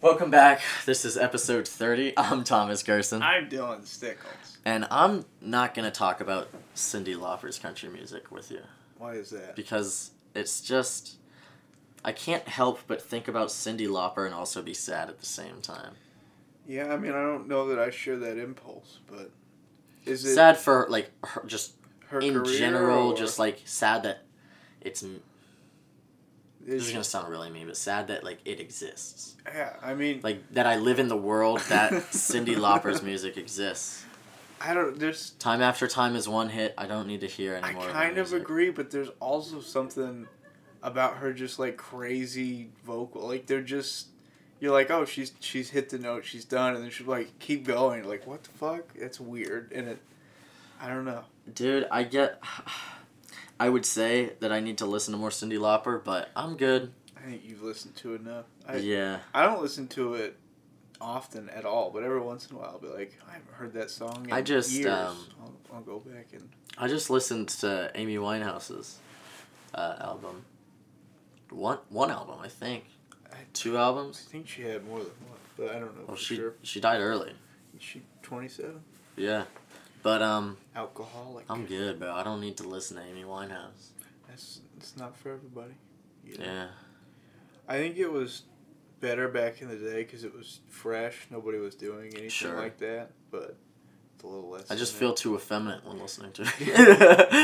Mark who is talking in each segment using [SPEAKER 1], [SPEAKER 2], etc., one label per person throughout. [SPEAKER 1] Welcome back. This is episode 30. I'm Thomas Gerson.
[SPEAKER 2] I'm Dylan Stickles.
[SPEAKER 1] And I'm not going to talk about Cindy Lauper's country music with you
[SPEAKER 2] Why is that?
[SPEAKER 1] because it's just. I can't help but think about Cindy Lauper and also be sad at the same time.
[SPEAKER 2] Yeah, I mean, I don't know that I share that impulse, but is it
[SPEAKER 1] Sad for, like, her, just
[SPEAKER 2] her
[SPEAKER 1] in
[SPEAKER 2] career
[SPEAKER 1] general,
[SPEAKER 2] or
[SPEAKER 1] just like sad that it's. m- This
[SPEAKER 2] is
[SPEAKER 1] is
[SPEAKER 2] it-
[SPEAKER 1] going to sound really mean, but sad that, like, it exists.
[SPEAKER 2] yeah, I mean,
[SPEAKER 1] Like, that I live in the world that Cindy Lauper's music exists.
[SPEAKER 2] I don't. There's
[SPEAKER 1] Time after time is one hit. I don't need to hear
[SPEAKER 2] I
[SPEAKER 1] anymore.
[SPEAKER 2] kind of
[SPEAKER 1] music.
[SPEAKER 2] agree, but there's also something about her just like crazy vocal. Like they're just you're like, oh, she's she's hit the note, she's done, and then she's like, keep going. Like what the fuck? That's weird, and it. I don't know.
[SPEAKER 1] Dude, I get. I would say that I need to listen to more Cindy Lauper, but I'm good.
[SPEAKER 2] I think you've listened to enough. I,
[SPEAKER 1] yeah,
[SPEAKER 2] I don't listen to it often at all, but every once in a while I'll be like, I haven't heard that song in
[SPEAKER 1] I just,
[SPEAKER 2] years.
[SPEAKER 1] um,
[SPEAKER 2] I'll, I'll go back and
[SPEAKER 1] I just listened to Amy Winehouse's uh, album. One one album, I think.
[SPEAKER 2] I-
[SPEAKER 1] Two
[SPEAKER 2] I
[SPEAKER 1] albums.
[SPEAKER 2] think she had more than one, but I don't know
[SPEAKER 1] Well,
[SPEAKER 2] for
[SPEAKER 1] Oh, she
[SPEAKER 2] sure.
[SPEAKER 1] she died early.
[SPEAKER 2] Is She twenty seven,
[SPEAKER 1] Yeah, but um,
[SPEAKER 2] alcoholic.
[SPEAKER 1] I'm good, bro. I don't need to listen to Amy Winehouse.
[SPEAKER 2] That's it's not for everybody. you know?
[SPEAKER 1] Yeah,
[SPEAKER 2] I think it was better back in the day because it was fresh. Nobody was doing anything
[SPEAKER 1] Sure.
[SPEAKER 2] like that, but it's a little less.
[SPEAKER 1] I just
[SPEAKER 2] than
[SPEAKER 1] feel too effeminate when listening to
[SPEAKER 2] that.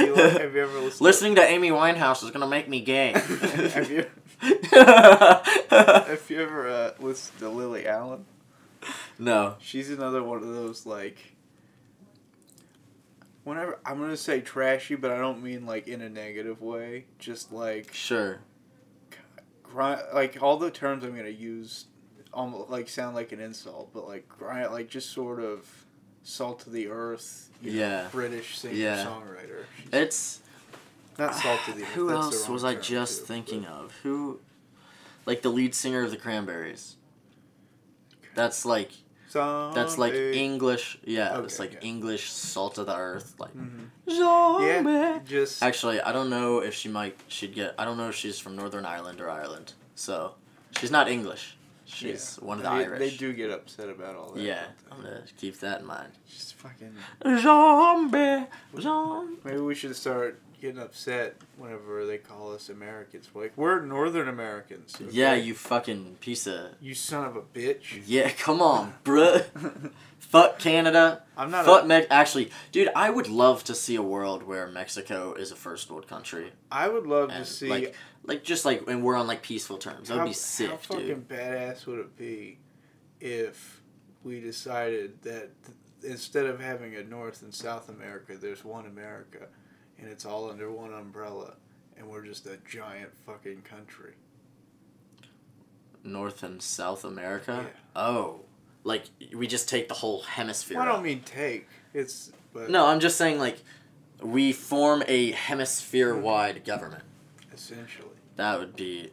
[SPEAKER 2] You like-
[SPEAKER 1] it.
[SPEAKER 2] have you ever listened?
[SPEAKER 1] listening to Amy Winehouse is gonna make me gay.
[SPEAKER 2] have you have you ever uh, listened to Lily Allen?
[SPEAKER 1] no.
[SPEAKER 2] She's another one of those like. Whenever I'm gonna say trashy, but I don't mean like in a negative way. Just like
[SPEAKER 1] Sure.
[SPEAKER 2] grind, like all the terms I'm gonna use, almost like sound like an insult, but like grind, like just sort of salt of the earth. you know,
[SPEAKER 1] Yeah.
[SPEAKER 2] British singer
[SPEAKER 1] Yeah.
[SPEAKER 2] songwriter. She's
[SPEAKER 1] It's
[SPEAKER 2] not salt of the earth.
[SPEAKER 1] who
[SPEAKER 2] that's the
[SPEAKER 1] else
[SPEAKER 2] wrong
[SPEAKER 1] was I
[SPEAKER 2] term,
[SPEAKER 1] just
[SPEAKER 2] too,
[SPEAKER 1] thinking of? Who, like the lead singer of the Cranberries? That's like
[SPEAKER 2] but- Someday-
[SPEAKER 1] that's like English. Yeah, it's
[SPEAKER 2] Um, Okay,
[SPEAKER 1] like
[SPEAKER 2] yeah.
[SPEAKER 1] English salt of the earth. Like
[SPEAKER 2] Mhm. Yeah,
[SPEAKER 1] zombie.
[SPEAKER 2] just
[SPEAKER 1] Actually, I don't know if she might. She'd get. I don't know if she's from Northern Ireland or Ireland. So she's not English. She's
[SPEAKER 2] yeah.
[SPEAKER 1] one of the
[SPEAKER 2] they,
[SPEAKER 1] Irish.
[SPEAKER 2] They do get upset about all that.
[SPEAKER 1] Yeah, I'm
[SPEAKER 2] don't they?
[SPEAKER 1] gonna keep that in mind.
[SPEAKER 2] Just fucking.
[SPEAKER 1] Zombie, zombie.
[SPEAKER 2] Maybe we should start getting upset whenever they call us Americans. We're like, we're Northern Americans. okay?
[SPEAKER 1] Yeah, you fucking piece of.
[SPEAKER 2] You son of a bitch.
[SPEAKER 1] Yeah, come on, bruh. Fuck Canada.
[SPEAKER 2] I'm not.
[SPEAKER 1] Fuck
[SPEAKER 2] A,
[SPEAKER 1] Mex. Actually, dude, I would love to see a world where Mexico is a first world country,
[SPEAKER 2] I would love to
[SPEAKER 1] and
[SPEAKER 2] see.
[SPEAKER 1] like, like just like, and we're on like peaceful terms. That'd
[SPEAKER 2] how,
[SPEAKER 1] be sick,
[SPEAKER 2] how fucking
[SPEAKER 1] dude.
[SPEAKER 2] badass would it be if we decided that th- instead of having a North and South America, there's one America, and it's all under one umbrella, and we're just a giant fucking country.
[SPEAKER 1] North and South America.
[SPEAKER 2] Yeah.
[SPEAKER 1] Oh, like we just take the whole hemisphere.
[SPEAKER 2] Well, I
[SPEAKER 1] up.
[SPEAKER 2] don't mean take. It's but
[SPEAKER 1] no, I'm just saying like, we form a hemisphere
[SPEAKER 2] Mm-hmm.
[SPEAKER 1] wide government.
[SPEAKER 2] essentially
[SPEAKER 1] That would be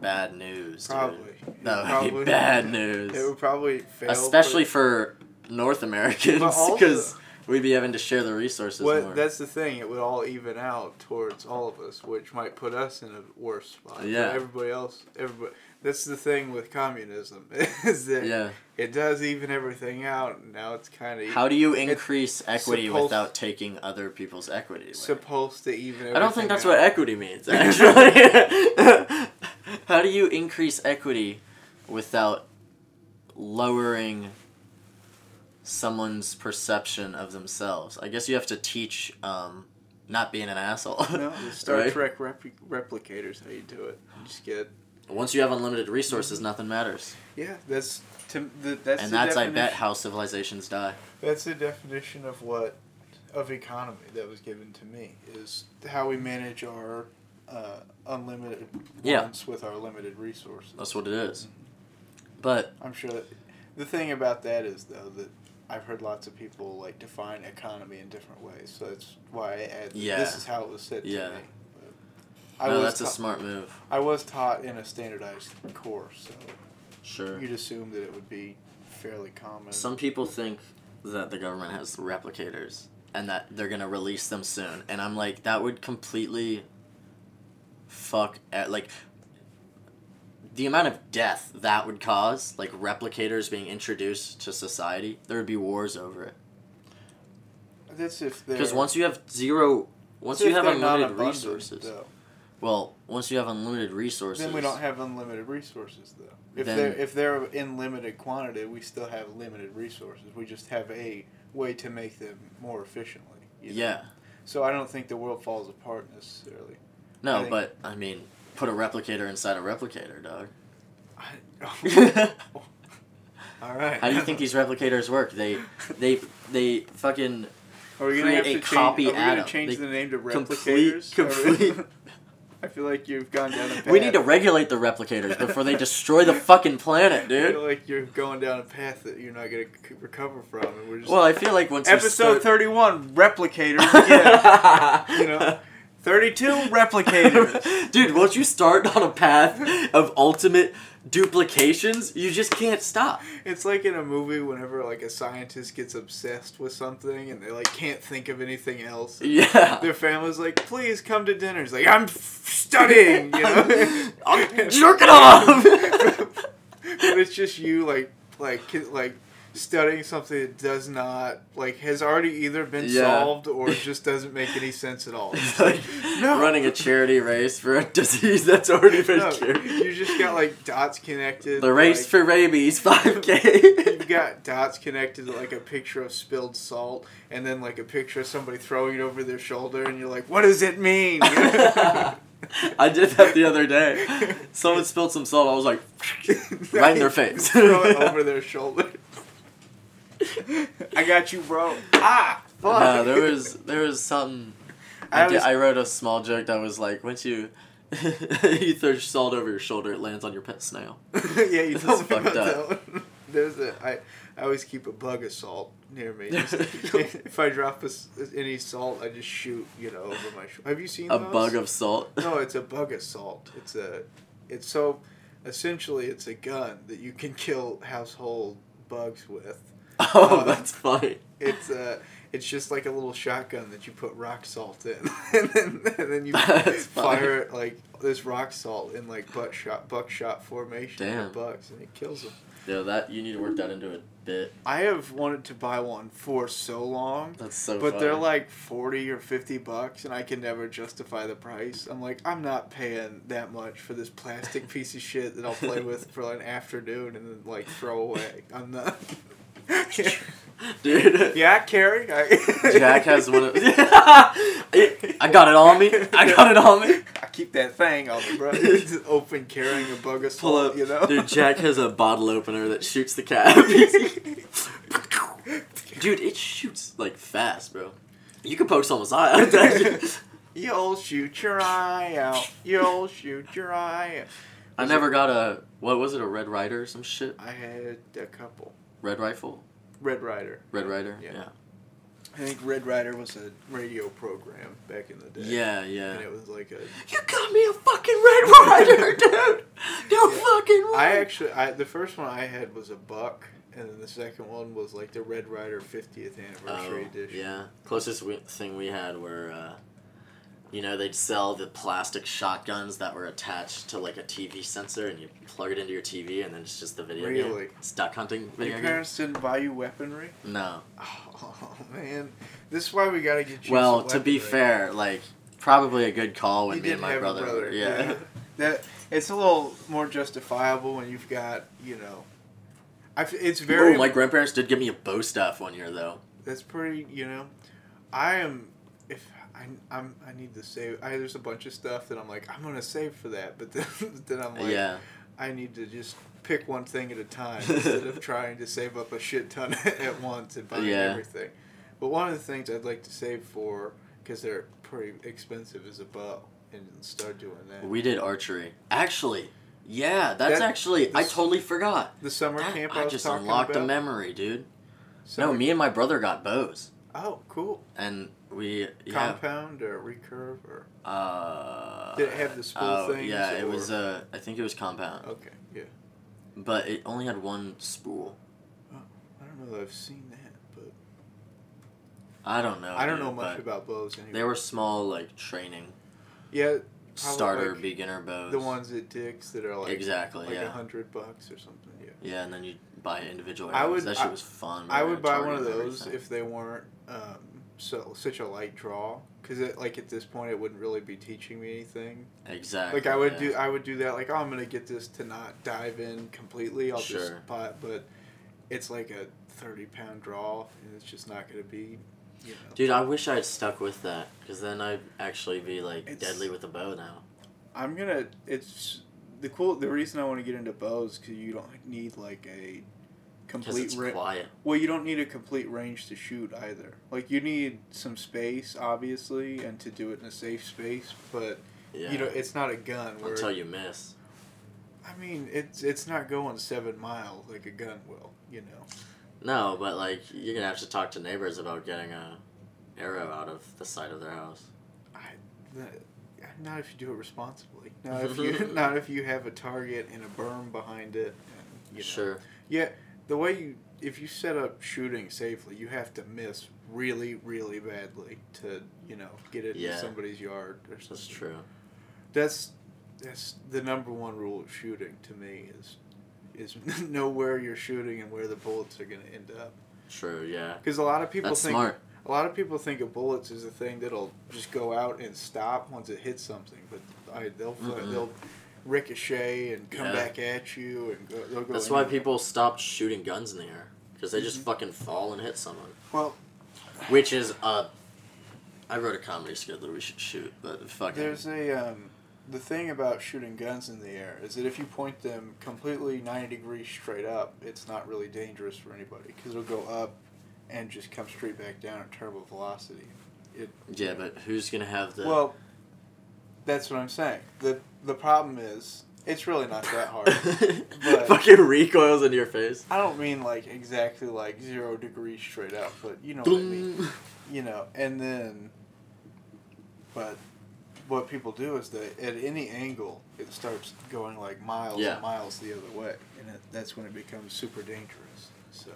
[SPEAKER 1] bad news. dude.
[SPEAKER 2] probably It
[SPEAKER 1] That would be
[SPEAKER 2] probably-
[SPEAKER 1] bad
[SPEAKER 2] It
[SPEAKER 1] news,
[SPEAKER 2] would probably fail. but-
[SPEAKER 1] especially for North Americans,
[SPEAKER 2] also-
[SPEAKER 1] because we'd be having to share the resources more.
[SPEAKER 2] What, that's the thing. It would all even out towards all of us, which might put us in a worse spot. But
[SPEAKER 1] Yeah.
[SPEAKER 2] Everybody else, everybody. That's the thing with communism is that
[SPEAKER 1] yeah.
[SPEAKER 2] it does even everything out. And now it's kind of
[SPEAKER 1] How do you increase equity
[SPEAKER 2] supposed-
[SPEAKER 1] without taking other people's equity? away?
[SPEAKER 2] supposed to even.
[SPEAKER 1] I don't think
[SPEAKER 2] everything
[SPEAKER 1] that's
[SPEAKER 2] out.
[SPEAKER 1] what equity means, actually. How do you increase equity without lowering someone's perception of themselves? I guess you have to teach um, not being an asshole.
[SPEAKER 2] No, the Star
[SPEAKER 1] right?
[SPEAKER 2] Trek repli- replicators. How you do it? You just get.
[SPEAKER 1] Once you have unlimited resources, nothing matters.
[SPEAKER 2] Yeah, that's to, the, that's.
[SPEAKER 1] and
[SPEAKER 2] the
[SPEAKER 1] that's, I bet,
[SPEAKER 2] definition-
[SPEAKER 1] how civilizations die.
[SPEAKER 2] That's the definition of what of economy that was given to me is how we manage our uh, unlimited
[SPEAKER 1] Yeah.
[SPEAKER 2] wants with our limited resources.
[SPEAKER 1] That's what it is. But,
[SPEAKER 2] I'm sure. That, the thing about that is though that I've heard lots of people like define economy in different ways, so that's why I add,
[SPEAKER 1] Yeah.
[SPEAKER 2] this is how it was said
[SPEAKER 1] Yeah.
[SPEAKER 2] to me. But I
[SPEAKER 1] no,
[SPEAKER 2] was
[SPEAKER 1] that's a
[SPEAKER 2] ta-
[SPEAKER 1] smart move.
[SPEAKER 2] I was taught in a standardized course, so
[SPEAKER 1] Sure.
[SPEAKER 2] you'd assume that it would be fairly common.
[SPEAKER 1] Some people think that the government has replicators and that they're gonna release them soon, and I'm like, that would completely fuck at like e, the amount of death that would cause, like replicators being introduced to society, there would be wars over it.
[SPEAKER 2] That's if they're
[SPEAKER 1] Because once you have zero, once
[SPEAKER 2] that's
[SPEAKER 1] you
[SPEAKER 2] if
[SPEAKER 1] have
[SPEAKER 2] they're not
[SPEAKER 1] unlimited
[SPEAKER 2] abundant,
[SPEAKER 1] resources,
[SPEAKER 2] though.
[SPEAKER 1] well, once you have unlimited resources,
[SPEAKER 2] Then we don't have unlimited resources, though. If
[SPEAKER 1] Then-
[SPEAKER 2] they're if they're in limited quantity, we still have limited resources. We just have a way to make them more efficiently. you know?
[SPEAKER 1] yeah,
[SPEAKER 2] So I don't think the world falls apart necessarily. I
[SPEAKER 1] no,
[SPEAKER 2] think-
[SPEAKER 1] but I mean, put a replicator inside a replicator, dog.
[SPEAKER 2] I, all right.
[SPEAKER 1] How do you think these replicators work? They, they, they fucking
[SPEAKER 2] Are we gonna
[SPEAKER 1] create
[SPEAKER 2] have to
[SPEAKER 1] a
[SPEAKER 2] change,
[SPEAKER 1] copy
[SPEAKER 2] are we gonna
[SPEAKER 1] atom?
[SPEAKER 2] change
[SPEAKER 1] They
[SPEAKER 2] the name to
[SPEAKER 1] complete-
[SPEAKER 2] replicators? Are we-
[SPEAKER 1] complete-
[SPEAKER 2] I feel like you've gone down a path.
[SPEAKER 1] We need to regulate the replicators before they destroy the fucking planet,
[SPEAKER 2] I feel
[SPEAKER 1] dude.
[SPEAKER 2] like you're going down a path that you're not gonna c- recover from, and we're just
[SPEAKER 1] Well, I feel like once you
[SPEAKER 2] episode
[SPEAKER 1] start-
[SPEAKER 2] thirty-one replicators. Yeah, you know, thirty-two replicators.
[SPEAKER 1] Dude, once you start on a path of ultimate duplications, you just can't stop.
[SPEAKER 2] It's like in a movie whenever like a scientist gets obsessed with something and they like can't think of anything else.
[SPEAKER 1] Yeah.
[SPEAKER 2] Their family's like, please come to dinner. It's like, I'm f- studying, you know?
[SPEAKER 1] I'm jerking off.
[SPEAKER 2] but it's just you, like, like, ki- like studying something that does not, like, has already either been
[SPEAKER 1] Yeah.
[SPEAKER 2] solved or just doesn't make any sense at all.
[SPEAKER 1] It's like
[SPEAKER 2] No.
[SPEAKER 1] running a charity race for a disease that's already been
[SPEAKER 2] No,
[SPEAKER 1] cured.
[SPEAKER 2] you just got, like, dots connected.
[SPEAKER 1] the race
[SPEAKER 2] like,
[SPEAKER 1] for rabies 5K.
[SPEAKER 2] You've got dots connected to like a picture of spilled salt, and then like a picture of somebody throwing it over their shoulder, and you're like, "What does it mean?"
[SPEAKER 1] I did that the other day. Someone spilled some salt. I was like, right in their face.
[SPEAKER 2] Throw it over their shoulder. I got you, bro. Ah, fuck.
[SPEAKER 1] No, there was there was something. I,
[SPEAKER 2] I
[SPEAKER 1] did-
[SPEAKER 2] was-
[SPEAKER 1] I wrote a small joke that was like, once you you throw salt over your shoulder, it lands on your pet snail.
[SPEAKER 2] yeah, you
[SPEAKER 1] That's
[SPEAKER 2] told me
[SPEAKER 1] fucked
[SPEAKER 2] about
[SPEAKER 1] up.
[SPEAKER 2] that one. There's a I, I always keep a bug of salt near me. Just- if I drop a s any salt, I just shoot. You know, over my. Sh- Have you seen
[SPEAKER 1] A
[SPEAKER 2] those?
[SPEAKER 1] bug of salt.
[SPEAKER 2] No, it's a bug assault. It's a, it's so, essentially, it's a gun that you can kill household bugs with.
[SPEAKER 1] Oh,
[SPEAKER 2] uh,
[SPEAKER 1] that's funny.
[SPEAKER 2] It's a, it's just like a little shotgun that you put rock salt in, and then and then you
[SPEAKER 1] That's funny.
[SPEAKER 2] fire like this rock salt in like butt shot buckshot formation
[SPEAKER 1] Damn.
[SPEAKER 2] of bugs, and it kills them.
[SPEAKER 1] Yeah, that you need to work that into a bit.
[SPEAKER 2] I have wanted to buy one for so long.
[SPEAKER 1] That's so.
[SPEAKER 2] But they're
[SPEAKER 1] funny.
[SPEAKER 2] like 40 or 50 bucks, and I can never justify the price. I'm like, I'm not paying that much for this plastic piece of shit that I'll play with for an afternoon and then, like, throw away. I'm not.
[SPEAKER 1] dude.
[SPEAKER 2] yeah, Carrie. I...
[SPEAKER 1] Jack has one of. I got it on me. I got it on me.
[SPEAKER 2] I keep that thing on me, bro. It's just open carrying a bug of
[SPEAKER 1] Pull
[SPEAKER 2] salt,
[SPEAKER 1] up,
[SPEAKER 2] you know?
[SPEAKER 1] dude. Jack has a bottle opener that shoots the cat. Dude, it shoots like fast, bro. You could poke someone's eye out.
[SPEAKER 2] You'll shoot your eye out. You'll shoot your eye out.
[SPEAKER 1] I never got a what was it a red rider or some shit?
[SPEAKER 2] I had a couple.
[SPEAKER 1] Red rifle,
[SPEAKER 2] Red Rider.
[SPEAKER 1] red rider.
[SPEAKER 2] Yeah.
[SPEAKER 1] Yeah,
[SPEAKER 2] I think Red Rider was a radio program back in the day.
[SPEAKER 1] yeah, yeah.
[SPEAKER 2] And it was like a.
[SPEAKER 1] You got me a fucking red rider, dude. No
[SPEAKER 2] Yeah.
[SPEAKER 1] fucking way.
[SPEAKER 2] I actually, I the first one I had was a buck, and then the second one was like the Red Rider 50th anniversary
[SPEAKER 1] Oh,
[SPEAKER 2] edition.
[SPEAKER 1] yeah. Closest we, thing we had were, uh, you know, they'd sell the plastic shotguns that were attached to like a TV sensor, and you plug it into your TV, and then it's just the video
[SPEAKER 2] Really?
[SPEAKER 1] game. Stock hunting video
[SPEAKER 2] Your
[SPEAKER 1] game.
[SPEAKER 2] parents didn't buy you weaponry.
[SPEAKER 1] No.
[SPEAKER 2] Oh man, this is why we gotta get you.
[SPEAKER 1] well,
[SPEAKER 2] some
[SPEAKER 1] to be
[SPEAKER 2] weaponry.
[SPEAKER 1] fair, like probably a good call
[SPEAKER 2] you
[SPEAKER 1] when me
[SPEAKER 2] did
[SPEAKER 1] and my
[SPEAKER 2] have
[SPEAKER 1] brother,
[SPEAKER 2] a brother.
[SPEAKER 1] were. Yeah.
[SPEAKER 2] that it's a little more justifiable when you've got you know. I f- it's very
[SPEAKER 1] Oh, my grandparents did give me a bow staff one year though.
[SPEAKER 2] That's pretty, you know. I am if I I'm I need to save. I there's a bunch of stuff that I'm like I'm gonna save for that, but then then I'm Oh, like
[SPEAKER 1] yeah.
[SPEAKER 2] I need to just pick one thing at a time instead of trying to save up a shit ton at once and buying
[SPEAKER 1] Yeah.
[SPEAKER 2] everything. But one of the things I'd like to save for because they're pretty expensive is a bow and start doing that.
[SPEAKER 1] We did archery. Actually, yeah, that's
[SPEAKER 2] That-
[SPEAKER 1] actually I
[SPEAKER 2] this-
[SPEAKER 1] totally forgot.
[SPEAKER 2] the summer
[SPEAKER 1] That-
[SPEAKER 2] camp I,
[SPEAKER 1] I
[SPEAKER 2] was
[SPEAKER 1] just
[SPEAKER 2] talking
[SPEAKER 1] unlocked
[SPEAKER 2] about.
[SPEAKER 1] a memory, dude.
[SPEAKER 2] summer-
[SPEAKER 1] No, me and my brother got bows.
[SPEAKER 2] Oh, cool.
[SPEAKER 1] and we yeah
[SPEAKER 2] Compound or recurve or
[SPEAKER 1] uh
[SPEAKER 2] Did it have the spool
[SPEAKER 1] oh,
[SPEAKER 2] things,
[SPEAKER 1] yeah it
[SPEAKER 2] or-
[SPEAKER 1] was uh i think it was compound
[SPEAKER 2] okay, yeah.
[SPEAKER 1] but it only had one spool
[SPEAKER 2] I don't know that I've seen that, but
[SPEAKER 1] i don't know
[SPEAKER 2] I don't
[SPEAKER 1] dude,
[SPEAKER 2] know much
[SPEAKER 1] Oh, but
[SPEAKER 2] about bows anyway.
[SPEAKER 1] they were small like training
[SPEAKER 2] Yeah, Probably
[SPEAKER 1] starter
[SPEAKER 2] like
[SPEAKER 1] beginner bows.
[SPEAKER 2] The ones at Dick's that are like
[SPEAKER 1] exactly.
[SPEAKER 2] like a
[SPEAKER 1] yeah.
[SPEAKER 2] hundred bucks or something. Yeah.
[SPEAKER 1] Yeah, and then you buy individual
[SPEAKER 2] I
[SPEAKER 1] arrows.
[SPEAKER 2] would-
[SPEAKER 1] that shit
[SPEAKER 2] I-
[SPEAKER 1] was fun.
[SPEAKER 2] I
[SPEAKER 1] man.
[SPEAKER 2] would buy one of
[SPEAKER 1] Target
[SPEAKER 2] those
[SPEAKER 1] everything.
[SPEAKER 2] if they weren't um, so such a light draw. Cause it, like at this point, it wouldn't really be teaching me anything.
[SPEAKER 1] exactly.
[SPEAKER 2] Like I would
[SPEAKER 1] yeah.
[SPEAKER 2] do, I would do that. Like oh, I'm gonna get this to not dive in completely. I'll
[SPEAKER 1] Sure.
[SPEAKER 2] just pot, but it's like a thirty pound draw, and it's just not gonna be. You know,
[SPEAKER 1] Dude, I wish I had stuck with that because then I'd actually be like
[SPEAKER 2] It's-
[SPEAKER 1] deadly with a bow now.
[SPEAKER 2] I'm gonna. It's the cool. The reason I want to get into bows because you don't need like a
[SPEAKER 1] Because
[SPEAKER 2] complete
[SPEAKER 1] it's
[SPEAKER 2] ra-
[SPEAKER 1] quiet.
[SPEAKER 2] Well, you don't need a complete range to shoot either. Like you need some space, obviously, and to do it in a safe space. But
[SPEAKER 1] Yeah.
[SPEAKER 2] you know, it's not a gun. Where
[SPEAKER 1] until you miss.
[SPEAKER 2] I mean, it's it's not going seven miles like a gun will. You know.
[SPEAKER 1] No, but like you're gonna have to talk to neighbors about getting a arrow out of the side of their house.
[SPEAKER 2] The- Not if you do it responsibly. Not if you not if you have a target and a berm behind it. And, you know.
[SPEAKER 1] Sure.
[SPEAKER 2] The way you if you set up shooting safely, you have to miss really really badly to you know get it
[SPEAKER 1] Yeah.
[SPEAKER 2] in somebody's yard or something.
[SPEAKER 1] That's true.
[SPEAKER 2] That's that's the number one rule of shooting to me is is know where you're shooting and where the bullets are going to end up.
[SPEAKER 1] True. Yeah.
[SPEAKER 2] Because a lot of people
[SPEAKER 1] That's
[SPEAKER 2] think
[SPEAKER 1] smart.
[SPEAKER 2] a lot of people think of bullets as a thing that'll just go out and stop once it hits something, but I, they'll fl-
[SPEAKER 1] Mm-mm.
[SPEAKER 2] they'll ricochet and come
[SPEAKER 1] Yeah.
[SPEAKER 2] back at you and go, they'll go.
[SPEAKER 1] That's why
[SPEAKER 2] anywhere.
[SPEAKER 1] people stopped shooting guns in the air because they just fucking fall and hit someone.
[SPEAKER 2] Well,
[SPEAKER 1] Which is uh, I wrote a comedy skit that we should shoot, but fucking
[SPEAKER 2] there's a um, the thing about shooting guns in the air is that if you point them completely ninety degrees straight up, it's not really dangerous for anybody because it'll go up and just come straight back down at turbo velocity.
[SPEAKER 1] yeah. But who's gonna have the
[SPEAKER 2] Well, that's what I'm saying. the The problem is it's really not that hard. but-
[SPEAKER 1] fucking recoils into your face?
[SPEAKER 2] I don't mean like exactly like zero degrees straight up, but you know what I mean.
[SPEAKER 1] Dun.
[SPEAKER 2] You know, and then, but what people do is that at any angle, it starts going like miles
[SPEAKER 1] Yeah.
[SPEAKER 2] and miles the other way, and it, that's when it becomes super dangerous. So,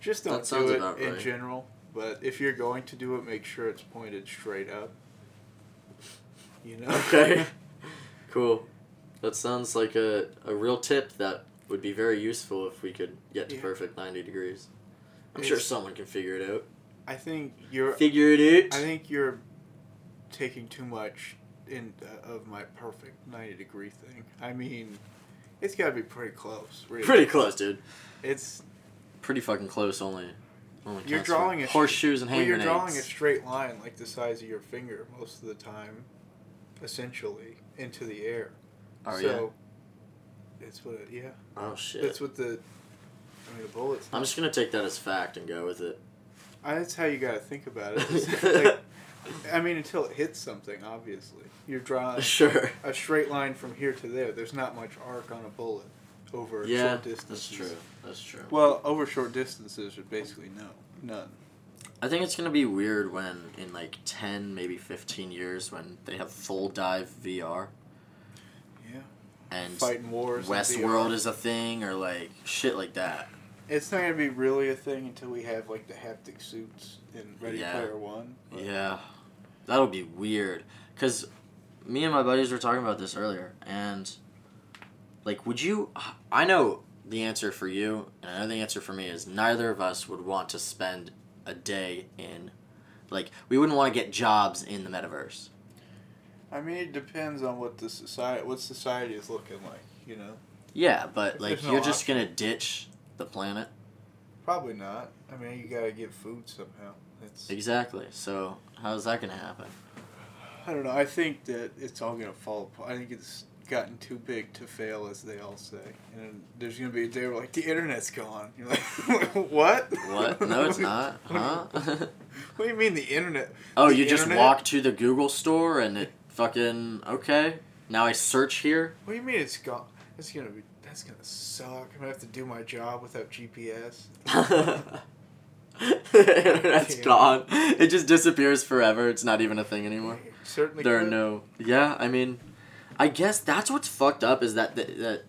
[SPEAKER 2] just
[SPEAKER 1] That
[SPEAKER 2] don't
[SPEAKER 1] sounds
[SPEAKER 2] do it
[SPEAKER 1] about
[SPEAKER 2] in
[SPEAKER 1] right.
[SPEAKER 2] general. But if you're going to do it, make sure it's pointed straight up. You know.
[SPEAKER 1] Okay. Cool. That sounds like a, a real tip that would be very useful if we could get to
[SPEAKER 2] Yeah.
[SPEAKER 1] perfect 90 degrees. I'm sure
[SPEAKER 2] It's-
[SPEAKER 1] someone can figure it out.
[SPEAKER 2] I think you're
[SPEAKER 1] Figure it out?
[SPEAKER 2] I think you're taking too much in uh, of my perfect ninety degree thing. I mean, it's got to be pretty close. Really.
[SPEAKER 1] Pretty close, dude.
[SPEAKER 2] It's
[SPEAKER 1] Pretty fucking close, only. only
[SPEAKER 2] You're
[SPEAKER 1] counts for
[SPEAKER 2] drawing a sh-
[SPEAKER 1] Horseshoes and
[SPEAKER 2] well,
[SPEAKER 1] hand
[SPEAKER 2] you're
[SPEAKER 1] grenades.
[SPEAKER 2] drawing a straight line like the size of your finger most of the time, essentially into the air.
[SPEAKER 1] oh,
[SPEAKER 2] so that's what. It, yeah,
[SPEAKER 1] yeah. Oh, shit.
[SPEAKER 2] that's what the. I mean, the bullets.
[SPEAKER 1] I'm just gonna take that as fact and go with it.
[SPEAKER 2] I, that's how you got to think about it. It's like- I mean, until it hits something, obviously. You're drawing.
[SPEAKER 1] sure.
[SPEAKER 2] a straight line from here to there. There's not much arc on a bullet over
[SPEAKER 1] Yeah,
[SPEAKER 2] short distances.
[SPEAKER 1] that's true. That's true.
[SPEAKER 2] Well, over short distances, there's basically no, none.
[SPEAKER 1] I think it's gonna be weird when in like ten, maybe fifteen years, when they have full dive VR
[SPEAKER 2] Yeah,
[SPEAKER 1] and
[SPEAKER 2] fighting wars. in
[SPEAKER 1] Westworld
[SPEAKER 2] VR.
[SPEAKER 1] is a thing or like shit like that.
[SPEAKER 2] It's not gonna be really a thing until we have like the haptic suits in Ready
[SPEAKER 1] Yeah.
[SPEAKER 2] Player One. but-
[SPEAKER 1] Yeah. That'll be weird. Cause me and my buddies were talking about this earlier and like would you I know the answer for you and I know the answer for me is neither of us would want to spend a day in like we wouldn't want to get jobs in the metaverse.
[SPEAKER 2] I mean, it depends on what the society, what society is looking like. You know,
[SPEAKER 1] Yeah, but like
[SPEAKER 2] There's no
[SPEAKER 1] you're just gonna ditch the planet.
[SPEAKER 2] probably not. I mean, you gotta get food somehow. That's
[SPEAKER 1] Exactly. So how's that gonna happen?
[SPEAKER 2] I don't know. I think that it's all gonna fall apart. I think it's gotten too big to fail, as they all say. And there's gonna be a day where like the internet's gone. You're like, what?
[SPEAKER 1] What? No, it's not. Huh?
[SPEAKER 2] What do you mean the internet?
[SPEAKER 1] Oh,
[SPEAKER 2] The
[SPEAKER 1] you just
[SPEAKER 2] internet?
[SPEAKER 1] walk to the Google store and it fucking okay. Now I search here.
[SPEAKER 2] What do you mean it's gone? It's gonna be. That's gonna suck. I'm gonna have to do my job without GPS.
[SPEAKER 1] Internet's gone. It just disappears forever. It's not even a thing anymore.
[SPEAKER 2] Certainly.
[SPEAKER 1] There are
[SPEAKER 2] could.
[SPEAKER 1] no. Yeah, I mean, I guess that's what's fucked up is that the, that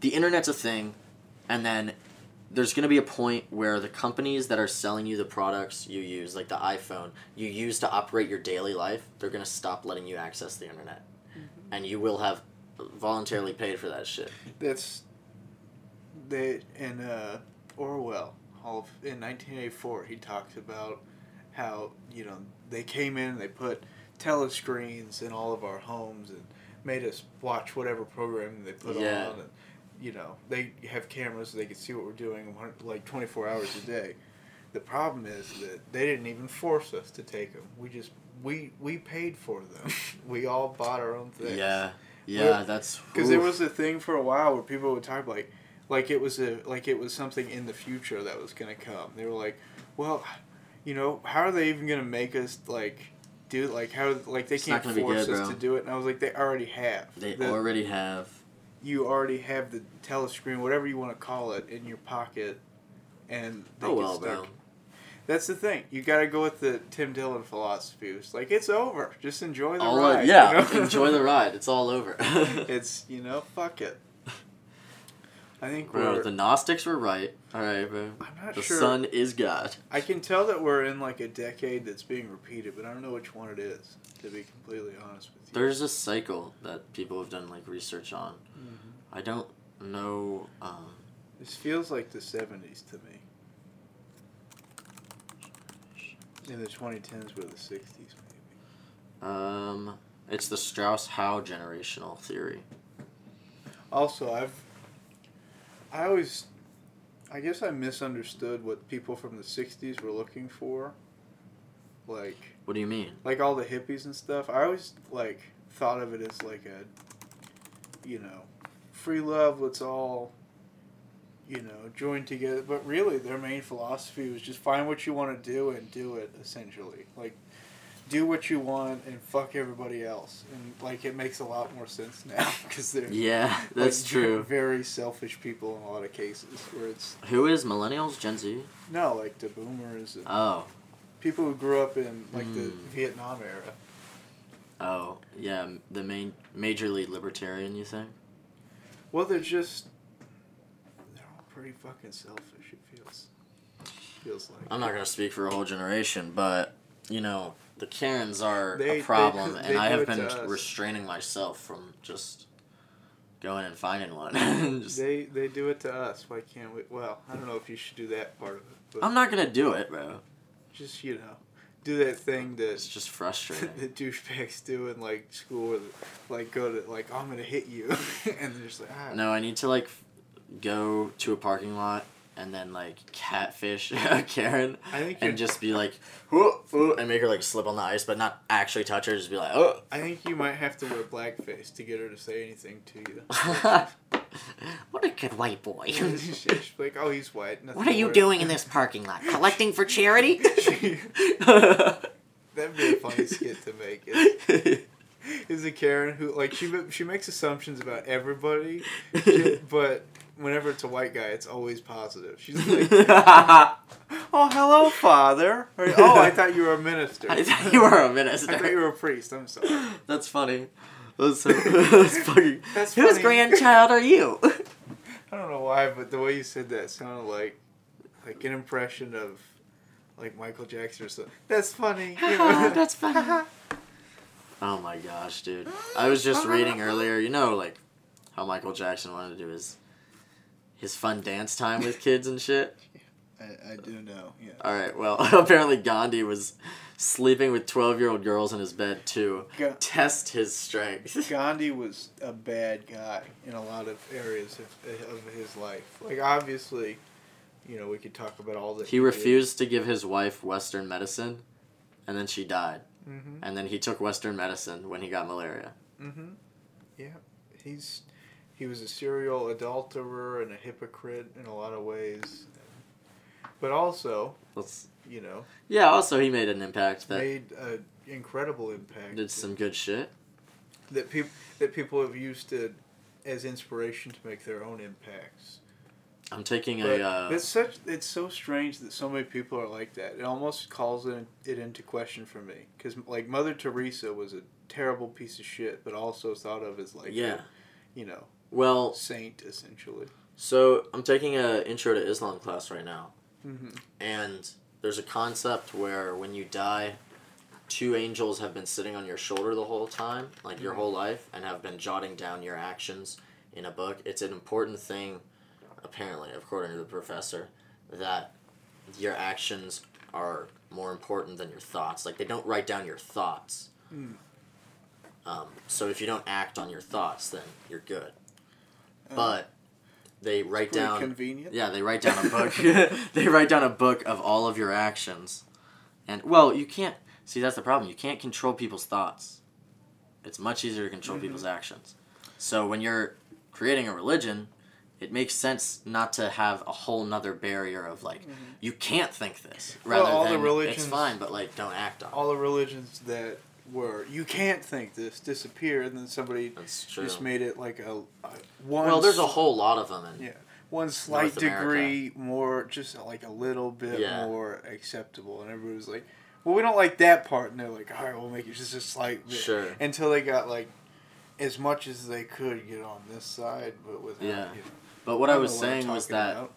[SPEAKER 1] the internet's a thing, and then there's gonna be a point where the companies that are selling you the products you use, like the iPhone, you use to operate your daily life, they're gonna stop letting you access the internet.
[SPEAKER 2] Mm-hmm.
[SPEAKER 1] and you will have voluntarily paid for that shit.
[SPEAKER 2] That's they in uh, Orwell Hall of- in 1984. He talks about how you know they came in, they put telescreens in all of our homes and made us watch whatever program they put
[SPEAKER 1] Yeah.
[SPEAKER 2] on. And, you know they have cameras, so they can see what we're doing one- like 24 hours a day. The problem is that they didn't even force us to take them. We just we we paid for them. we all bought our own things.
[SPEAKER 1] Yeah, yeah,
[SPEAKER 2] Well,
[SPEAKER 1] that's
[SPEAKER 2] Because there
[SPEAKER 1] oof.
[SPEAKER 2] was a thing for a while where people would talk like, like it was a like it was something in the future that was gonna come. They were like, well, you know, how are they even gonna make us like do like how like they
[SPEAKER 1] It's not gonna
[SPEAKER 2] can't
[SPEAKER 1] be
[SPEAKER 2] force
[SPEAKER 1] good,
[SPEAKER 2] us
[SPEAKER 1] bro.
[SPEAKER 2] to do it? And I was like, they already have.
[SPEAKER 1] They
[SPEAKER 2] The-
[SPEAKER 1] already have.
[SPEAKER 2] you already have the telescreen, whatever you want to call it, in your pocket, and they
[SPEAKER 1] Oh
[SPEAKER 2] can
[SPEAKER 1] well,
[SPEAKER 2] start-
[SPEAKER 1] bro.
[SPEAKER 2] That's the thing. You got to go with the Tim Dillon philosophy. It's like it's over. Just enjoy the
[SPEAKER 1] All
[SPEAKER 2] ride.
[SPEAKER 1] o-
[SPEAKER 2] you
[SPEAKER 1] yeah,
[SPEAKER 2] know?
[SPEAKER 1] enjoy the ride. It's all over.
[SPEAKER 2] it's you know fuck it. I think
[SPEAKER 1] bro,
[SPEAKER 2] we're.
[SPEAKER 1] the Gnostics were right. All right, bro.
[SPEAKER 2] I'm not
[SPEAKER 1] The
[SPEAKER 2] sure.
[SPEAKER 1] sun is God.
[SPEAKER 2] I can tell that we're in like a decade that's being repeated, but I don't know which one it is. To be completely honest with you.
[SPEAKER 1] There's a cycle that people have done like research on. I don't know. Um,
[SPEAKER 2] Mm-hmm. This feels like the '70s to me. And the 2010s were the '60s, maybe.
[SPEAKER 1] um, it's the Strauss Howe generational theory.
[SPEAKER 2] Also, I've. I always. I guess I misunderstood what people from the '60s were looking for. Like.
[SPEAKER 1] What do you mean?
[SPEAKER 2] like all the hippies and stuff. I always like thought of it as like a, you know, free love. Let's all, you know, join together. But really, their main philosophy was just find what you want to do and do it. Essentially, like do what you want and fuck everybody else. And like it makes a lot more sense now because they're
[SPEAKER 1] Yeah,
[SPEAKER 2] like,
[SPEAKER 1] that's true.
[SPEAKER 2] Very selfish people in a lot of cases. Where it's
[SPEAKER 1] Who is millennials? Gen Z?
[SPEAKER 2] no like the boomers, and
[SPEAKER 1] Oh,
[SPEAKER 2] people who grew up in like the
[SPEAKER 1] Mm.
[SPEAKER 2] Vietnam era.
[SPEAKER 1] oh, yeah. m- The main majorly libertarian. You think?
[SPEAKER 2] Well, they're just they're all pretty fucking selfish. It feels feels like
[SPEAKER 1] I'm not gonna speak for a whole generation, but you know the Karens are
[SPEAKER 2] They-
[SPEAKER 1] a
[SPEAKER 2] they
[SPEAKER 1] problem,
[SPEAKER 2] do- they
[SPEAKER 1] and I
[SPEAKER 2] do
[SPEAKER 1] have
[SPEAKER 2] it to
[SPEAKER 1] been
[SPEAKER 2] us.
[SPEAKER 1] restraining myself from just going and finding one. Just-
[SPEAKER 2] they they do it to us. Why can't we? Well, I don't know if you should do that part of it, but
[SPEAKER 1] I'm not gonna do it, bro.
[SPEAKER 2] just you know, do that thing
[SPEAKER 1] It's
[SPEAKER 2] that
[SPEAKER 1] just frustrating.
[SPEAKER 2] the douchebags do in like school, where they, like go to like "Oh, I'm gonna hit you, and they're just like ah.
[SPEAKER 1] No, I need to like f- go to a parking lot and then like catfish a Karen
[SPEAKER 2] I think you're,
[SPEAKER 1] and just be like, whoa, whoa, and make her like slip on the ice, but not actually touch her. Just be like, oh.
[SPEAKER 2] I think you might have to wear blackface to get her to say anything to you.
[SPEAKER 1] what a good white boy.
[SPEAKER 2] She's just like, oh, he's white. nothing
[SPEAKER 1] What are you
[SPEAKER 2] worse."
[SPEAKER 1] doing in this parking lot? Collecting for charity?
[SPEAKER 2] That'd be a funny skit to make. It's- is a Karen who like she ma- she makes assumptions about everybody, but whenever it's a white guy, it's always positive. She's like, "Oh, hello, father." Or, oh, I thought you were a minister.
[SPEAKER 1] I thought you were a
[SPEAKER 2] I thought
[SPEAKER 1] minister.
[SPEAKER 2] you were a priest. I'm sorry.
[SPEAKER 1] That's funny. That's, so, that's fucking.
[SPEAKER 2] That's
[SPEAKER 1] Whose
[SPEAKER 2] funny.
[SPEAKER 1] grandchild are you?
[SPEAKER 2] I don't know why, but the way you said that sounded like like an impression of like Michael Jackson or something. That's funny. you know?
[SPEAKER 1] that's funny. oh my gosh, dude. I was just reading earlier, you know, like how Michael Jackson wanted to do his his fun dance time with kids and shit.
[SPEAKER 2] I, I do know. Yeah.
[SPEAKER 1] All right, well, apparently Gandhi was sleeping with 12-year-old girls in his bed to
[SPEAKER 2] Ga-
[SPEAKER 1] test his strength.
[SPEAKER 2] Gandhi was a bad guy in a lot of areas of, of his life. Like obviously, you know, we could talk about all the
[SPEAKER 1] He refused to give his wife western medicine and then she died.
[SPEAKER 2] Mm-hmm.
[SPEAKER 1] And then he took western medicine when he got malaria.
[SPEAKER 2] Mm-hmm. Yeah, he's he was a serial adulterer and a hypocrite in a lot of ways, but also
[SPEAKER 1] Let's
[SPEAKER 2] you know
[SPEAKER 1] Yeah, also he made an impact that
[SPEAKER 2] made an incredible impact.
[SPEAKER 1] did some good shit.
[SPEAKER 2] that people that people have used to as inspiration to make their own impacts.
[SPEAKER 1] I'm taking
[SPEAKER 2] But
[SPEAKER 1] a uh,
[SPEAKER 2] it's such it's so strange that so many people are like that. It almost calls it, it into question for me because like Mother Teresa was a terrible piece of shit, but also thought of as like
[SPEAKER 1] yeah.
[SPEAKER 2] a, you know
[SPEAKER 1] Well,
[SPEAKER 2] saint essentially.
[SPEAKER 1] so I'm taking a intro to Islam class right now,
[SPEAKER 2] Mm-hmm.
[SPEAKER 1] and there's a concept where when you die, two angels have been sitting on your shoulder the whole time, like your whole life, and have been jotting down your actions in a book. It's an important thing, apparently, according to the professor, that your actions are more important than your thoughts. Like they don't write down your thoughts. Um, so if you don't act on your thoughts, then you're good.
[SPEAKER 2] Oh.
[SPEAKER 1] But they write
[SPEAKER 2] Uh, Pretty
[SPEAKER 1] down
[SPEAKER 2] convenient.
[SPEAKER 1] yeah, they write down a book. they write down a book of all of your actions. And well, you can't see that's the problem. You can't control people's thoughts. It's much easier to control people's actions. So when you're creating a religion, it makes sense not to have a whole nother barrier of like you can't think this rather
[SPEAKER 2] Well, all the
[SPEAKER 1] than it's
[SPEAKER 2] religions-
[SPEAKER 1] fine, but like don't act on. it.
[SPEAKER 2] All the religions that were you can't think this disappear, and then somebody
[SPEAKER 1] That's true.
[SPEAKER 2] just made it like a, a one.
[SPEAKER 1] Well, there's a
[SPEAKER 2] s-
[SPEAKER 1] whole lot of them, and
[SPEAKER 2] yeah one slight
[SPEAKER 1] North America.
[SPEAKER 2] degree more, just like a little bit
[SPEAKER 1] Yeah.
[SPEAKER 2] more acceptable, and everybody was like, "Well, we don't like that part," and they're like, "All right, we'll make it just a slight bit."
[SPEAKER 1] Sure.
[SPEAKER 2] Until they got like as much as they could get on this side, but without.
[SPEAKER 1] Yeah.
[SPEAKER 2] you know,
[SPEAKER 1] but what I
[SPEAKER 2] don't
[SPEAKER 1] was
[SPEAKER 2] know I'm
[SPEAKER 1] saying was
[SPEAKER 2] talking
[SPEAKER 1] that
[SPEAKER 2] about.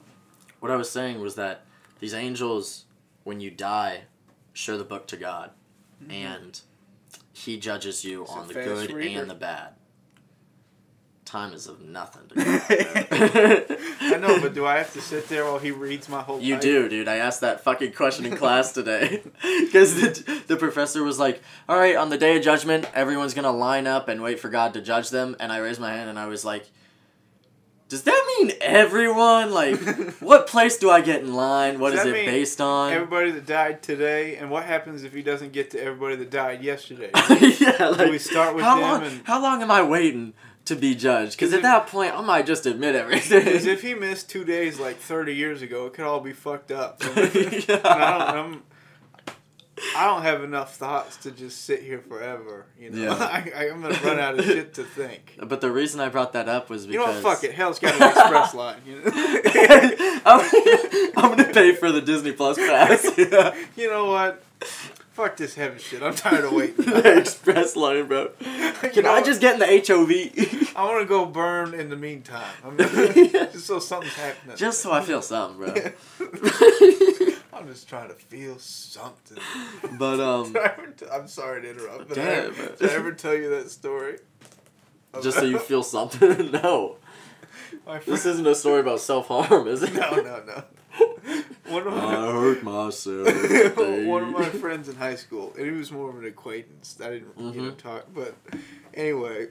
[SPEAKER 1] What I was saying was that these angels, when you die, show the book to God, and He judges you
[SPEAKER 2] Mm-hmm. He's a
[SPEAKER 1] on the
[SPEAKER 2] fast
[SPEAKER 1] good
[SPEAKER 2] reader.
[SPEAKER 1] and the bad. Time is of nothing to God.
[SPEAKER 2] I know, but do I have to sit there while he reads my whole?
[SPEAKER 1] You
[SPEAKER 2] Bible?
[SPEAKER 1] do, dude. I asked that fucking question in class today. Because the, the professor was like, all right, on the day of judgment, everyone's going to line up and wait for God to judge them. And I raised my hand and I was like, does that mean everyone? Like, what place do I get in line? What
[SPEAKER 2] Does
[SPEAKER 1] is
[SPEAKER 2] that
[SPEAKER 1] it
[SPEAKER 2] mean
[SPEAKER 1] based on?
[SPEAKER 2] Everybody that died today, and what happens if he doesn't get to everybody that died yesterday?
[SPEAKER 1] yeah, like,
[SPEAKER 2] we start with
[SPEAKER 1] how
[SPEAKER 2] them
[SPEAKER 1] long,
[SPEAKER 2] and-
[SPEAKER 1] How long am I waiting to be judged? Because
[SPEAKER 2] Is
[SPEAKER 1] at
[SPEAKER 2] it-
[SPEAKER 1] that point, I might just admit everything.
[SPEAKER 2] Because if he missed two days like 30 years ago, it could all be fucked up.
[SPEAKER 1] Yeah.
[SPEAKER 2] And I don't. I'm, I don't have enough thoughts to just sit here forever. You know,
[SPEAKER 1] Yeah.
[SPEAKER 2] I, I, I'm gonna run out of shit to think.
[SPEAKER 1] But the reason I brought that up was
[SPEAKER 2] You know,
[SPEAKER 1] because
[SPEAKER 2] what? fuck it. Hell's got an express line. You know,
[SPEAKER 1] I'm, I'm gonna pay for the Disney Plus pass.
[SPEAKER 2] you know what? Fuck this heaven shit. I'm tired of waiting.
[SPEAKER 1] the express line, bro.
[SPEAKER 2] You
[SPEAKER 1] Can
[SPEAKER 2] know
[SPEAKER 1] I
[SPEAKER 2] what?
[SPEAKER 1] just get in the
[SPEAKER 2] I want to go burn in the meantime. I'm, just so something's happening.
[SPEAKER 1] HOV? just so I feel something, bro.
[SPEAKER 2] I'm just trying to feel something.
[SPEAKER 1] but um,
[SPEAKER 2] Did I ever t- I'm sorry to interrupt, but I,
[SPEAKER 1] Damn it.
[SPEAKER 2] did I ever tell you that story?
[SPEAKER 1] just so you feel something. no,
[SPEAKER 2] My friend,
[SPEAKER 1] this isn't a story about self harm, is it?
[SPEAKER 2] no, no, no. One of
[SPEAKER 1] I
[SPEAKER 2] my
[SPEAKER 1] hurt myself. today.
[SPEAKER 2] one of my friends in high school, and he was more of an acquaintance. I didn't you know
[SPEAKER 1] Mhm.
[SPEAKER 2] talk, but anyway,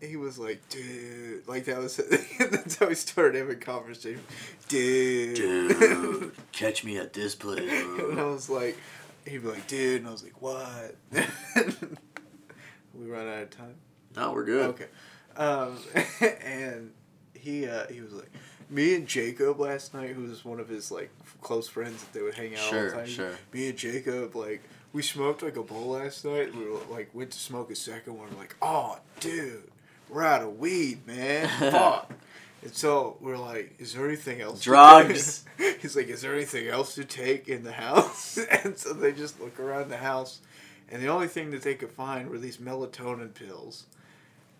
[SPEAKER 2] he was like, "Dude," like that was that's how he started every conversation. Dude,
[SPEAKER 1] Dude, catch me at this place,
[SPEAKER 2] and I
[SPEAKER 1] bro.
[SPEAKER 2] was like, he'd be like, "Dude," and I was like, "What?" we run out of time.
[SPEAKER 1] No, we're good.
[SPEAKER 2] Okay. Um, and he uh, he was like, me and Jacob last night, who was one of his like f- close friends that they would hang out all
[SPEAKER 1] Sure,
[SPEAKER 2] the time. he's
[SPEAKER 1] sure.
[SPEAKER 2] like, Me and Jacob like we smoked like a bowl last night. We were like went to smoke a second one. We're like, oh dude, we're out of weed, man. Fuck. And so we're like, is there anything else? to
[SPEAKER 1] Drugs.
[SPEAKER 2] take?" He's like, is there anything else to take in the house? And so they just look around the house, and the only thing that they could find were these melatonin pills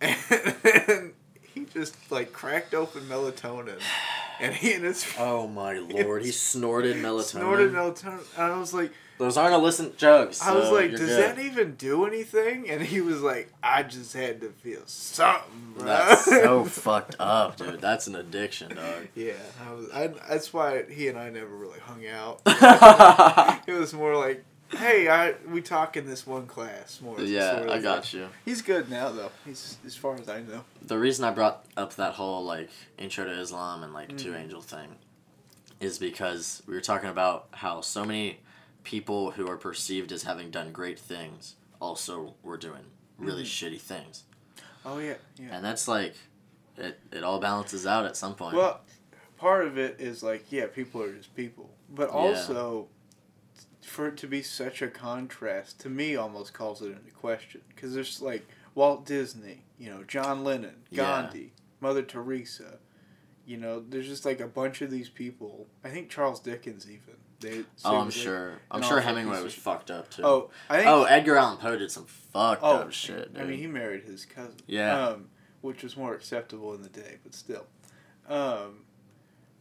[SPEAKER 2] and he just like cracked open melatonin, and he and his
[SPEAKER 1] Oh my lord, he snorted melatonin.
[SPEAKER 2] snorted melatonin. And I was like,
[SPEAKER 1] Those aren't illicit drugs.
[SPEAKER 2] I was
[SPEAKER 1] so
[SPEAKER 2] like,
[SPEAKER 1] you're
[SPEAKER 2] does
[SPEAKER 1] good.
[SPEAKER 2] that even do anything? And he was like, I just had to feel something, bro.
[SPEAKER 1] That's so fucked up, dude. That's an addiction, dog.
[SPEAKER 2] yeah, I was. I, that's why he and I never really hung out.
[SPEAKER 1] yeah,
[SPEAKER 2] It was more like, hey, I we talk in this one class more. sort of
[SPEAKER 1] I
[SPEAKER 2] thing.
[SPEAKER 1] got you.
[SPEAKER 2] He's good now though. He's as far as I know.
[SPEAKER 1] The reason I brought up that whole like intro to Islam and like two
[SPEAKER 2] Mm.
[SPEAKER 1] angel thing is because we were talking about how so many people who are perceived as having done great things also were doing really shitty things.
[SPEAKER 2] Oh yeah, Mm. yeah.
[SPEAKER 1] And that's like it, it all balances out at some point.
[SPEAKER 2] Well, part of it is like, yeah, people are just people, but
[SPEAKER 1] Yeah.
[SPEAKER 2] also for it to be such a contrast to me almost calls it into question because there's like Walt Disney, you know, John Lennon,
[SPEAKER 1] Yeah.
[SPEAKER 2] Gandhi, Mother Teresa. You know, there's just like a bunch of these people. I think Charles Dickens even. They,
[SPEAKER 1] oh, I'm
[SPEAKER 2] they-
[SPEAKER 1] sure. I'm
[SPEAKER 2] and
[SPEAKER 1] sure
[SPEAKER 2] also
[SPEAKER 1] Hemingway
[SPEAKER 2] he's-
[SPEAKER 1] was fucked up too.
[SPEAKER 2] Oh, I think.
[SPEAKER 1] Oh, Edgar Allan Poe did some fucked
[SPEAKER 2] oh,
[SPEAKER 1] up shit. Dude.
[SPEAKER 2] I mean, he married his cousin.
[SPEAKER 1] Yeah.
[SPEAKER 2] Um, which was more acceptable in the day, but still. Um,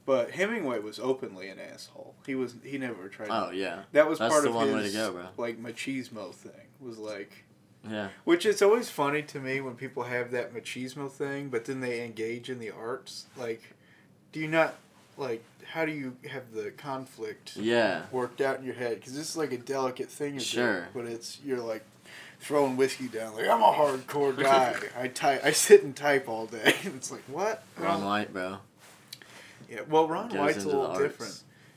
[SPEAKER 2] But Hemingway was openly an asshole. He was he never tried. to-
[SPEAKER 1] Oh yeah,
[SPEAKER 2] that was
[SPEAKER 1] that's
[SPEAKER 2] part
[SPEAKER 1] the
[SPEAKER 2] of
[SPEAKER 1] one way
[SPEAKER 2] his
[SPEAKER 1] to go, bro.
[SPEAKER 2] like machismo thing. Was like
[SPEAKER 1] yeah.
[SPEAKER 2] which is always funny to me when people have that machismo thing, but then they engage in the arts. Like, do you not like? How do you have the conflict
[SPEAKER 1] Yeah.
[SPEAKER 2] worked out in your head? Because this is like a delicate thing. you're
[SPEAKER 1] Sure.
[SPEAKER 2] Doing, but it's you're like throwing whiskey down. Like I'm a hardcore guy. I type. I sit and type all day. it's like what?
[SPEAKER 1] Wrong light, bro.
[SPEAKER 2] Yeah. Well, Ron
[SPEAKER 1] Goes
[SPEAKER 2] White's a
[SPEAKER 1] into the
[SPEAKER 2] little
[SPEAKER 1] arts.
[SPEAKER 2] different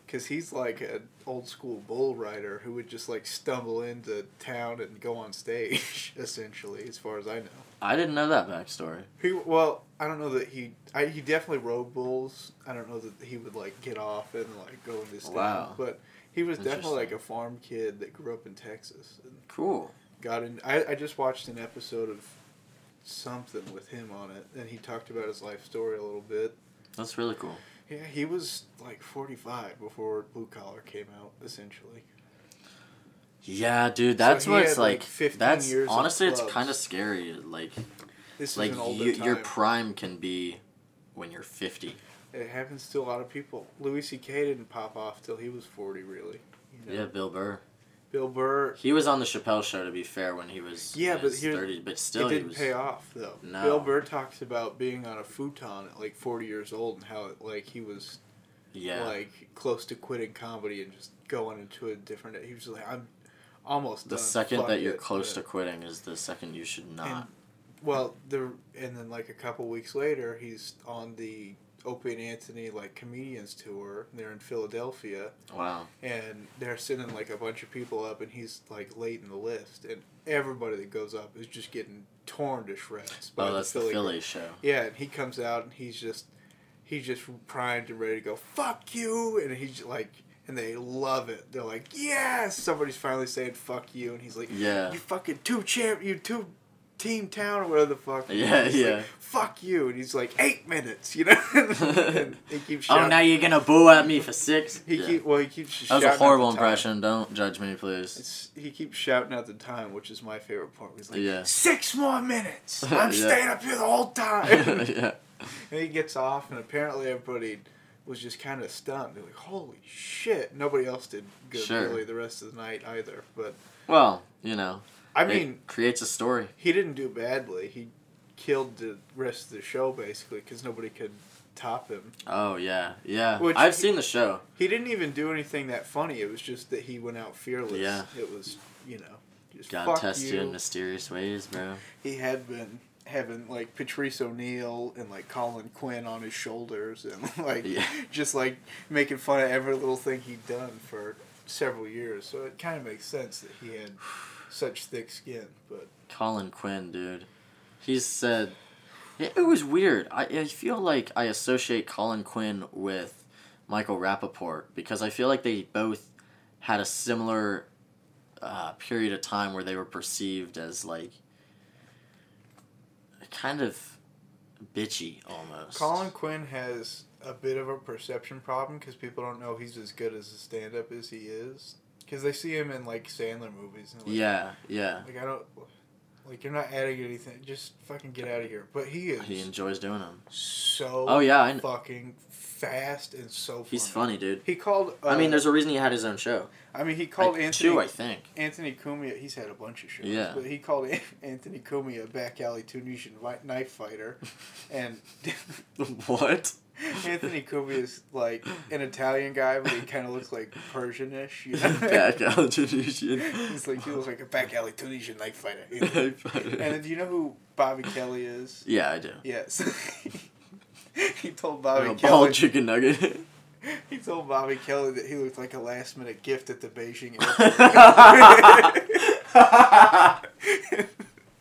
[SPEAKER 2] because he's like an old school bull rider who would just like stumble into town and go on stage. essentially, as far as I know.
[SPEAKER 1] I didn't know that backstory.
[SPEAKER 2] He well, I don't know that he. I, he definitely rode bulls. I don't know that he would like get off and like go into stuff.
[SPEAKER 1] Wow.
[SPEAKER 2] But he was definitely like
[SPEAKER 1] Interesting.
[SPEAKER 2] a farm kid that grew up in Texas and
[SPEAKER 1] Cool.
[SPEAKER 2] got in. I, I just watched an episode of something with him on it, and he talked about his life story a little bit.
[SPEAKER 1] That's really cool.
[SPEAKER 2] Yeah, he was like forty five before Blue Collar came out. Essentially,
[SPEAKER 1] Yeah, dude, that's
[SPEAKER 2] he
[SPEAKER 1] what
[SPEAKER 2] had,
[SPEAKER 1] it's
[SPEAKER 2] like,
[SPEAKER 1] like.
[SPEAKER 2] 15
[SPEAKER 1] that's
[SPEAKER 2] years of
[SPEAKER 1] honestly, it's
[SPEAKER 2] clubs.
[SPEAKER 1] kind of scary. Like,
[SPEAKER 2] this
[SPEAKER 1] like
[SPEAKER 2] is an older
[SPEAKER 1] you,
[SPEAKER 2] time.
[SPEAKER 1] your prime can be when you're fifty.
[SPEAKER 2] it happens to a lot of people. Louis C.K. didn't pop off till he was forty, really. You know?
[SPEAKER 1] Yeah, Bill Burr.
[SPEAKER 2] Bill Burr.
[SPEAKER 1] He was on the Chappelle Show to be fair when he was
[SPEAKER 2] Yeah,
[SPEAKER 1] in
[SPEAKER 2] but
[SPEAKER 1] his
[SPEAKER 2] here's-
[SPEAKER 1] 30s, but still
[SPEAKER 2] it
[SPEAKER 1] he
[SPEAKER 2] didn't
[SPEAKER 1] was
[SPEAKER 2] pay off though.
[SPEAKER 1] No.
[SPEAKER 2] Bill Burr talks about being on a futon at like 40 years old and how like he was
[SPEAKER 1] yeah
[SPEAKER 2] like close to quitting comedy and just going into a different. e-, He was like, I'm almost
[SPEAKER 1] the
[SPEAKER 2] done.
[SPEAKER 1] second
[SPEAKER 2] uh, Fuck
[SPEAKER 1] that you're
[SPEAKER 2] it."
[SPEAKER 1] close
[SPEAKER 2] Yeah.
[SPEAKER 1] to quitting is the second you should not.
[SPEAKER 2] Well, the and then like a couple weeks later, he's on the Opie and Anthony like comedians tour. They're in Philadelphia
[SPEAKER 1] wow.
[SPEAKER 2] and they're sending like a bunch of people up, and he's like late in the list, and everybody that goes up is just getting torn to shreds. by
[SPEAKER 1] Oh, that's the
[SPEAKER 2] Philly crowd.
[SPEAKER 1] Philly show.
[SPEAKER 2] Yeah, and he comes out and he's just he's just primed and ready to go. Fuck you! And he's like, and they love it. They're like, yes, somebody's finally saying fuck you, and he's like,
[SPEAKER 1] Yeah.
[SPEAKER 2] you fucking two champ, you two team town or whatever the fuck.
[SPEAKER 1] Yeah,
[SPEAKER 2] And he's like,
[SPEAKER 1] yeah.
[SPEAKER 2] fuck you, and he's like eight minutes, you know. and he keeps shouting.
[SPEAKER 1] Oh, now you're gonna boo at me for six.
[SPEAKER 2] he
[SPEAKER 1] yeah.
[SPEAKER 2] keep well, he keeps.
[SPEAKER 1] that was
[SPEAKER 2] shouting
[SPEAKER 1] a
[SPEAKER 2] at the
[SPEAKER 1] horrible
[SPEAKER 2] time.
[SPEAKER 1] impression. Don't judge me, please.
[SPEAKER 2] It's, he keeps shouting at the time, which is my favorite part. He's like,
[SPEAKER 1] Yeah.
[SPEAKER 2] six more minutes.
[SPEAKER 1] Yeah.
[SPEAKER 2] I'm staying up here the whole time.
[SPEAKER 1] yeah.
[SPEAKER 2] And he gets off, and apparently everybody was just kind of stunned. They're like, "Holy shit!" Nobody else did good
[SPEAKER 1] Sure.
[SPEAKER 2] really the rest of the night either. But
[SPEAKER 1] Well, you know,
[SPEAKER 2] I
[SPEAKER 1] it
[SPEAKER 2] mean,
[SPEAKER 1] creates a story.
[SPEAKER 2] he didn't do badly. He killed the rest of the show basically because nobody could top him.
[SPEAKER 1] Oh yeah, yeah.
[SPEAKER 2] Which-
[SPEAKER 1] I've seen the show.
[SPEAKER 2] He didn't even do anything that funny. It was just that he went out fearless.
[SPEAKER 1] Yeah.
[SPEAKER 2] It was you know just
[SPEAKER 1] God
[SPEAKER 2] fuck
[SPEAKER 1] tests you. in
[SPEAKER 2] you.
[SPEAKER 1] mysterious ways, bro.
[SPEAKER 2] He had been having like Patrice O'Neill and like Colin Quinn on his shoulders and like
[SPEAKER 1] Yeah.
[SPEAKER 2] just like making fun of every little thing he'd done for several years. So it kind of makes sense that he had such thick skin. But
[SPEAKER 1] Colin Quinn, dude. He said it, it was weird. I, I feel like I associate Colin Quinn with Michael Rappaport because I feel like they both had a similar uh, period of time where they were perceived as like kind of bitchy almost.
[SPEAKER 2] Colin Quinn has a bit of a perception problem because people don't know he's as good as a stand up as he is. Because they see him in like Sandler movies. And, like,
[SPEAKER 1] Yeah, yeah.
[SPEAKER 2] Like I don't. Like you're not adding anything. Just fucking get out of here. But he is.
[SPEAKER 1] He enjoys doing them.
[SPEAKER 2] so
[SPEAKER 1] Oh, yeah, I kn-
[SPEAKER 2] fucking fast and so funny.
[SPEAKER 1] He's funny, dude.
[SPEAKER 2] He called uh,
[SPEAKER 1] I mean, there's a reason he had his own show.
[SPEAKER 2] I mean he called
[SPEAKER 1] Like,
[SPEAKER 2] Anthony
[SPEAKER 1] two, I think.
[SPEAKER 2] Anthony Cumia he's had a bunch of shows.
[SPEAKER 1] Yeah.
[SPEAKER 2] But he called An- Anthony Cumia a back alley Tunisian vi- knife fighter and
[SPEAKER 1] what?
[SPEAKER 2] Anthony Cumia is like an Italian guy but he kind of looks like Persianish, you know.
[SPEAKER 1] Back out, Tunisian.
[SPEAKER 2] He's like he looks like a back alley Tunisian knife fighter. you know? and
[SPEAKER 1] and
[SPEAKER 2] then, do you know who Bobby Kelly is?
[SPEAKER 1] yeah, I do.
[SPEAKER 2] Yes. he told
[SPEAKER 1] I'm
[SPEAKER 2] Bobby
[SPEAKER 1] a
[SPEAKER 2] Kelly
[SPEAKER 1] bald chicken nugget.
[SPEAKER 2] He told Bobby Kelly that he looked like a last minute gift at the Beijing airport.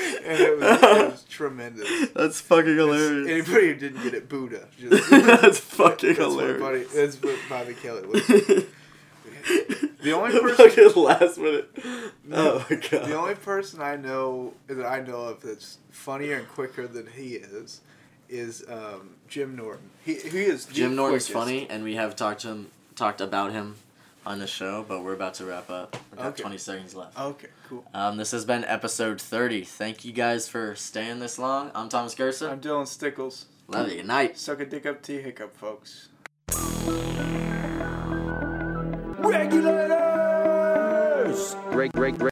[SPEAKER 2] and it was, it was tremendous.
[SPEAKER 1] That's fucking hilarious.
[SPEAKER 2] Anybody who didn't get it, Buddha. Just,
[SPEAKER 1] That's fucking
[SPEAKER 2] what
[SPEAKER 1] hilarious.
[SPEAKER 2] Bobby, that's what Bobby Kelly looked like. The
[SPEAKER 1] the
[SPEAKER 2] only person-
[SPEAKER 1] fucking last minute. Oh my god.
[SPEAKER 2] The only person I know that I know of that's funnier and quicker than he is is um, Jim Norton. He, he is the
[SPEAKER 1] Jim Norton's
[SPEAKER 2] quickest.
[SPEAKER 1] funny, and we have talked to him, talked about him on the show, but we're about to wrap up. We got
[SPEAKER 2] Okay. Oh.
[SPEAKER 1] 20 seconds left.
[SPEAKER 2] Okay, cool.
[SPEAKER 1] Um, this has been episode 30. Thank you guys for staying this long. I'm Thomas Gerson.
[SPEAKER 2] I'm Dylan Stickles.
[SPEAKER 1] Love you. Good night.
[SPEAKER 2] Suck a dick up to your hiccup, folks.
[SPEAKER 3] Regulators! Reg, reg, reg.